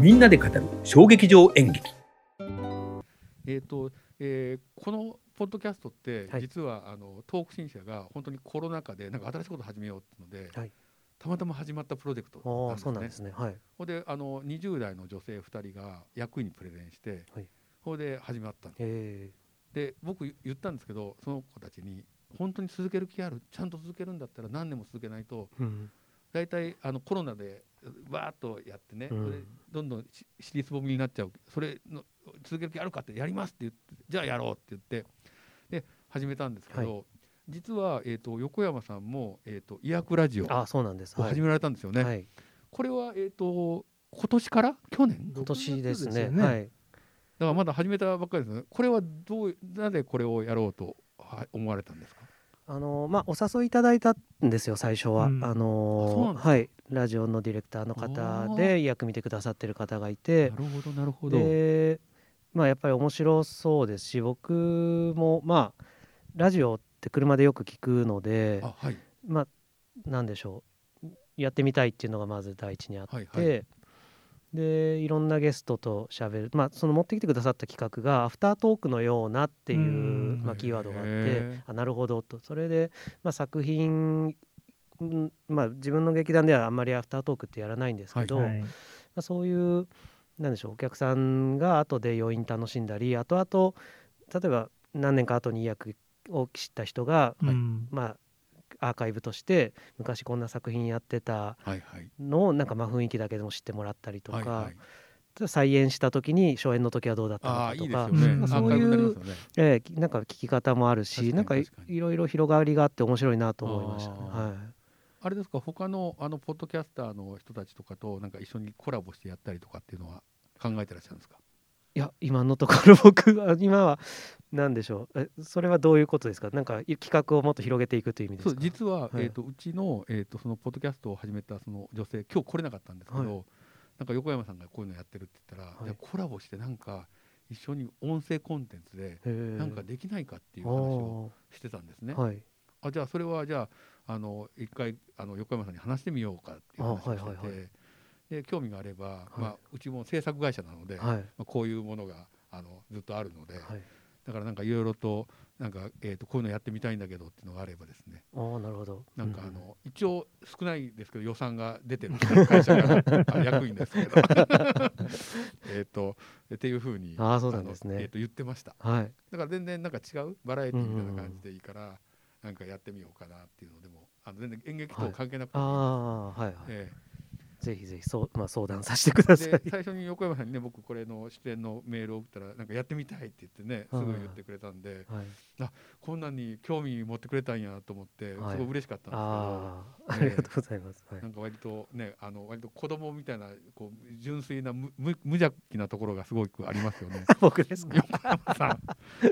みんなで語る小劇場演劇えーとえーこのポッドキャストって、はい実はあのトーク新社が本当にコロナ禍でなんか新しいこと始めようっていうので、はいたまたま始まったプロジェクトなんああですそうなんねで。すねはいほんであの20代の女性2人が役員にプレゼンして、はいほいで始まったんですえで僕言ったんですけどその子たちに本当に続ける気あるちゃんと続けるんだったら何年も続けないとーうん大体あのコロナでわーっとやってね、うんそれどんどんし尻すぼみになっちゃうそれの続ける気あるかってやりますって言ってじゃあやろうって言ってで始めたんですけど、実は、えー、と横山さんも、えー、と医薬ラジオをああそうなんですはい始められたんですよね。はいこれは、えー、と今年から去年今年ですね6月ですよねはいだからまだ始めたばっかりですね。これはどうなぜこれをやろうとは思われたんですか。あのまあお誘いいただいたんですよ最初は、うんああそうなのんですはいラジオのディレクターの方で役見てくださってる方がいてなるほどなるほど。でまあやっぱり面白そうですし僕もまあラジオって車でよく聞くのであはいまあなんでしょうやってみたいっていうのがまず第一にあって、はいはいでいろんなゲストとしゃべる、まあ、その持ってきてくださった企画がアフタートークのようなっていうう、んまあ、キーワードがあっへてえあなるほどとそれで、まあ、作品んまあ、自分の劇団ではあんまりアフタートークってやらないんですけど、はいまあ、そういうなんでしょうお客さんが後で余韻楽しんだり後々例えば何年か後にいい役を知った人が、うんまあ、アーカイブとして昔こんな作品やってたはいはいのをなんかまあ雰囲気だけでも知ってもらったりとか、はいはい。再演した時に初演の時はどうだったのあかあいいとですかよね。まアーあそうカイいブになりうますよね。ええきなんか聞き方もあるし確かになんかい確かにいろいろ広がりがあって面白いなと思いましたね。あーはあれですか他のあのポッドキャスターの人たちとかとなんか一緒にコラボしてやったりとかっていうのは考えてらっしゃるんですか。い、いや今のところ僕は今は何でしょうえそれはどういうことですかなんかい企画をもっと広げていくという意味でそすうか実は、はいえっ、とうちのえっ、とそのポッドキャストを始めたその女性今日来れなかったんですけど、はいなんか横山さんがこういうのやってるって言ったら、はいじゃあコラボしてなんか一緒に音声コンテンツでへえなんかできないかっていうあ話をーしてたんですね。はいあじゃあそれはじゃああの一回あの横山さんに話してみようかっていう話をしてて、あはいはいはで興味があれば、まあ、うちも制作会社なので、まはいあ、こういうものがあのずっとあるので、はいだからなんかいろいろとなんか、えー、とこういうのやってみたいんだけどっていうのがあればですねあーなるほどなんかあうの、一応少ないですけど予算が出てる会社があの役員です けどえっとっていうふうにあーそうなんですねあのえー、と言ってました。んはいだから全然なんか違うバラエティみたいな感じでいいから、なんかやってみようかなっていうのでもあの全然演劇とは関係なくて、ああはいはい、え ぜひぜひそう、まあ、相談させてくださえいで最初に横山さんにね僕これの出演のメールを送ったらなんかやってみたいって言ってねすはいぐ言ってくれたんではい、こんなんに興味持ってくれたんやと思ってすはいごい嬉しかったんですけど、ああえー、えありがとうございます。はいなんか割とねあの割と子供みたいなこう純粋な無無無邪気なところがすごくありますよ ね僕ですか。横山さん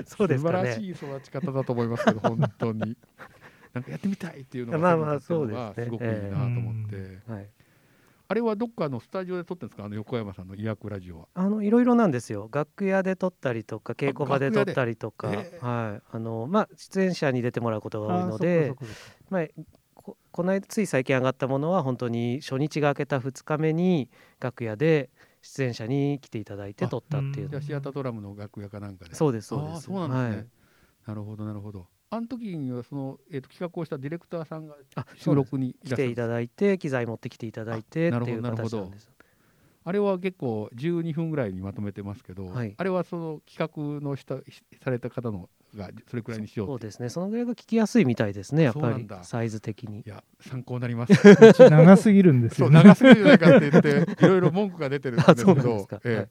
そうです素晴からね。しい育ち方だと思い ますけど本当になんかやってみたいっていうのがまあまあ手に立ったのそうがですねすごくいいなと思って、えはい。あれはどっかのスタジオで撮ってるんですかあの横山さんの医薬ラジオはあのいろいろなんですよ。楽屋で撮ったりとか、稽古場で撮ったりとか、楽屋でええはい。あのまあ出演者に出てもらうことが多いあーのそでっ、かそっかそっかまあここの間つい最近上がったものは本当に初日が明けた2日目に楽屋で出演者に来ていただいて撮ったっていううんじ。ゃあシアタードラムの楽屋かなんかでそうですあそうでーす。そうなんですね、はいなるほどなるほどあの時にはその、えー、と企画をしたディレクターさんがあ、収録にい来らっしゃてるいただいて機材持ってきていただいてあっなるてほいどうなるほ形どなんです。あれは結構12分ぐらいにまとめてますけど、はいあれはその企画のしたしされた方のがそれくらいにしよそううってですね。そのぐらいが聞きやすいみたいですね。やっそうぱなんりだサイズ的に い。や参考になり ますうち長すぎるんですそうよ、ね。長すぎるじゃないかって言っていろいろ文句が出てるんですあけそうなんでどすかええはい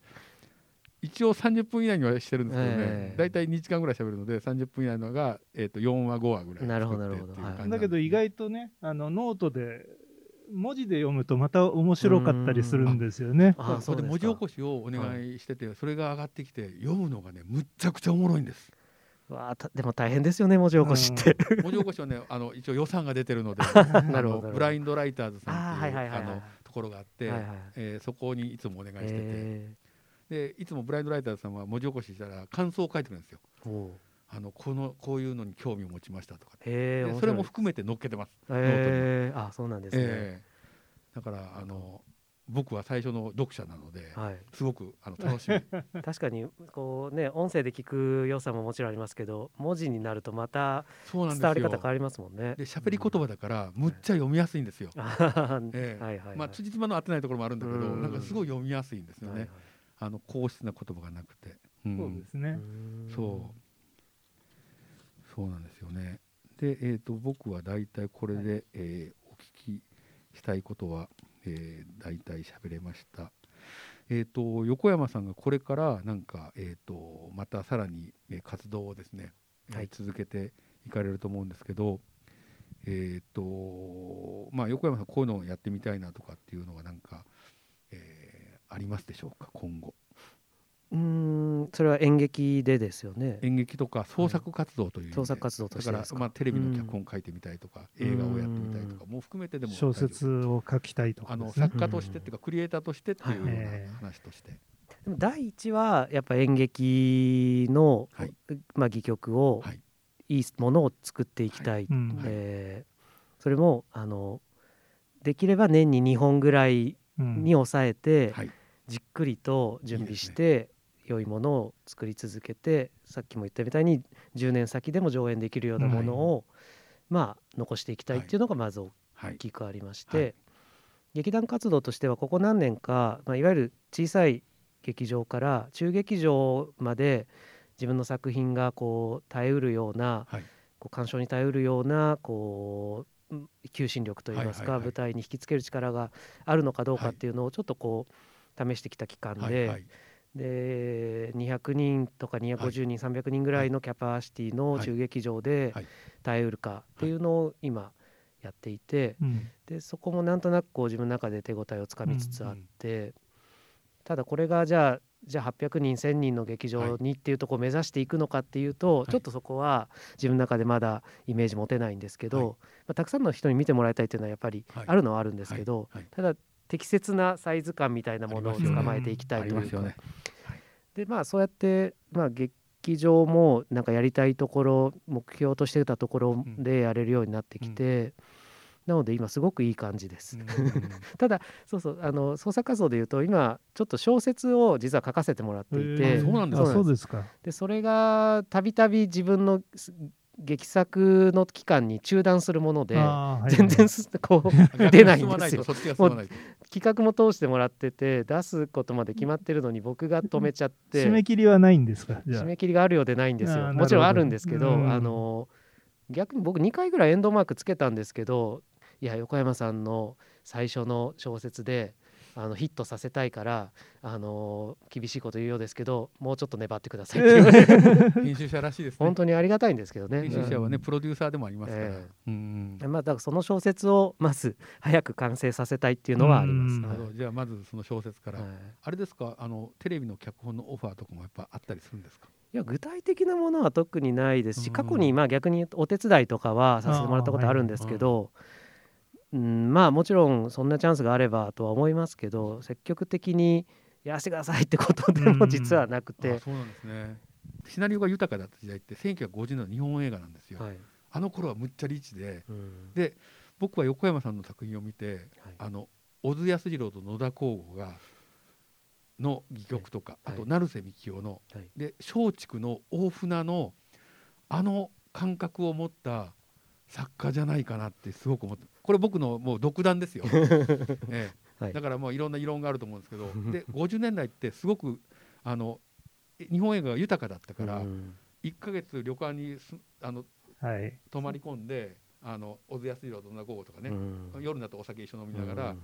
一応30分以内にはしてるんですけどね、ええ大体2時間ぐらい喋るので30分以内のが、えー、と4話5話ぐらいなるほど作ってっていうな感るほどはいじんでだけど意外とね、あのノートで文字で読むとまた面白かったりするんですよね。そうそれで文字起し。こしをお願いしてて、それが上がってきて読むのがねむっちゃくちゃおもろいんですわあ、たでも大変ですよね、文字起こし って。文字起こしはねあの一応予算が出てる のでなるほどあのブラインドライターズさんあーってはいいうはいあはいはいのところがあって、はいはいえーそこにいつもお願いしてて、えでいつもブラインドライターズさんは文字起こししたら感想を書いてくるんですよーおうあのこのこういうのに興味を持ちましたとかって、へーでそれも含めて載っけてます。面白いえーあ、そうなんですね。ええだからあの僕は最初の読者なので、はい、すごくあの楽し み。確かにこうね音声で聞く良さももちろんありますけど文字になるとまたそうなん伝ですよ。わり方変わりますもん ね。で喋り言葉だから、むっちゃ読みやすいんですよ。あははええはいはいはいまあ辻褄の合ってないところもあるんだけど、うんなんかすごい読みやすいんですよはいはいね。あの硬質な言葉がなくて。うんそうですね。うんそう。そうなんですよね。で、えっ、と、僕は大体これで、えーお聞きしたいことは、えー、大体喋れました。えっ、と、横山さんがこれから、なんか、えっ、と、またさらに、えー活動をですね、えーはい続けていかれると思うんですけど、えっ、と、まあ、横山さん、こういうのをやってみたいなとかっていうのは、なんか、えーありますでしょうか、今後。うーんそれは演劇でですよね。演劇とか創作活動という意味で、創作活動としてだでかすら、か。まあ、テレビの脚本書いてみたいとか、うん映画をやってみたいとかも含めてでも小大丈説を書きたいと夫あかでのすね。作家としてっていうかクリエイターとしてっていうようはいな話として、でも第一はやっぱ演劇の、はいまあ戯曲を、はいい、いものを作っていきたい。うんはいえーそれもあのできれば年に2本ぐらいうんに抑えて、はいじっくりと準備して良いものを作り続けてさっきも言ったみたいに10年先でも上演できるようなものを、まあ残していきたいっていうのがまず大はいきくありましはいて劇団活動としてはここ何年か、まあ、いわゆる小さい劇場から中劇場まで自分の作品がこう耐えうるようなはいこう鑑賞に耐えうるようなこううん求心力といいまはいすか、はいはい舞台に引きつける力があるのかどうかはいっていうのをちょっとこう試してきた期間で,、はいはいで200人とか250人、300人ぐらいのキャパシティのはい中劇場ではい耐えうるかっていうのを今やっていて、うんでそこもなんとなくこう自分の中で手応えをつかみつつあって、ただこれがじゃあじゃあ800人1,000人の劇場にっていうとこを目指していくのかっていうと、いちょっとそこは自分の中でまだイメージ持てないんですけど、はいまあ、たくさんの人に見てもらいたいっていうのはやっぱりはいあるのはあるんですけど、はいただ適切なサイズ感みたいなものあを捕りますよねまえていきたいあとりいうますかよねでまあそうやって、まあ、劇場もなんかやりたいところ目標としてたところでやれるようになってきて、なので今すごくいい感じです。ただそうそうあの創作活動でいうと今ちょっと小説を実は書かせてもらっていへてーそうなんですあそうですか。でそれがたびたび自分のす劇作の期間に中断するものであーはい全然すこう逆に 出ないんですよ進まとそっちが進まないと企画も通してもらってて出すことまで決まってるのに僕が止めちゃって 締め切りはないんですか。じゃあ締め切りがあるようでないんですあーなよるほどもちろんあるんですけどうんあの逆に僕2回ぐらいエンドマークつけたんですけどいや横山さんの最初の小説であのヒットさせたいからあの厳しいこと言うようですけどもうちょっと粘ってくださいって言われて 編集者らしいですね本当にありがたいんですけどね編。集者はねプロデューサーでもありますから、えうんうんまあ、だからその小説をまず早く完成させたいっていうのはあります。うんなはるいほどじゃあまずその小説から、はいあれですかあのテレビの脚本のオファーとかもやっぱあったりするんですかいや具体的なものは特にないですし、うん過去にまあ逆にお手伝いとかはさせてもらったことあるんですけど、うん、まあもちろんそんなチャンスがあればとは思いますけど積極的にやらせてくださいってことでもうん実はなくてあ、そうなんですねシナリオが豊かだった時代って1950年の日本映画なんですよ、はいあの頃はむっちゃリーチでうんで僕は横山さんの作品を見てはいあの小津安二郎と野田光吾がの戯曲とか、あはいと成瀬幹雄の、はいで松竹の大船のあの感覚を持った作家じゃないかなってすごく思ってこれ僕のもう独断 ですよ、ええはいだからもういろんな異論があると思うんですけど で50年代ってすごくあのえ日本映画が豊かだったから、うん1ヶ月旅館にすあのはい。泊まり込んであの小津安二郎と野田光吾とかねう、ん夜になってお酒一緒に飲みながうらん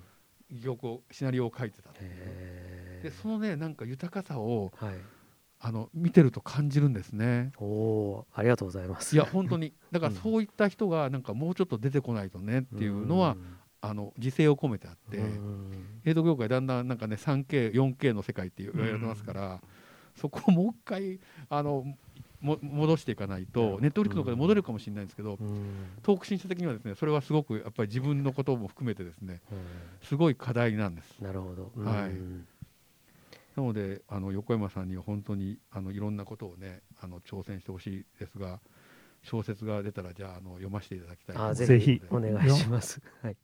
戯曲をシナリオを書いてたっていうへーでそのねなんか豊かさをはい、あの見てると感じるんですねおおーありがとうございます。いや本当 にだからうんそういった人がなんかもうちょっと出てこないとねっていうのは、あの時勢を込めてあっうんて、うん映像業界だんだんなんかね 3K4K の世界って言われてますから、そこをもう一回あのも戻していかないとネットフリックスとかで戻れるかもしれないんですけど、うんトーク新書的にはですねそれはすごくやっぱり自分のことも含めてですねうんすごい課題なんです。なるほど、うんはいなのであの横山さんには本当にあのいろんなことをねあの挑戦してほしいですが小説が出たらじゃああの読ませていただきたいと思いますあぜひお願いします。はい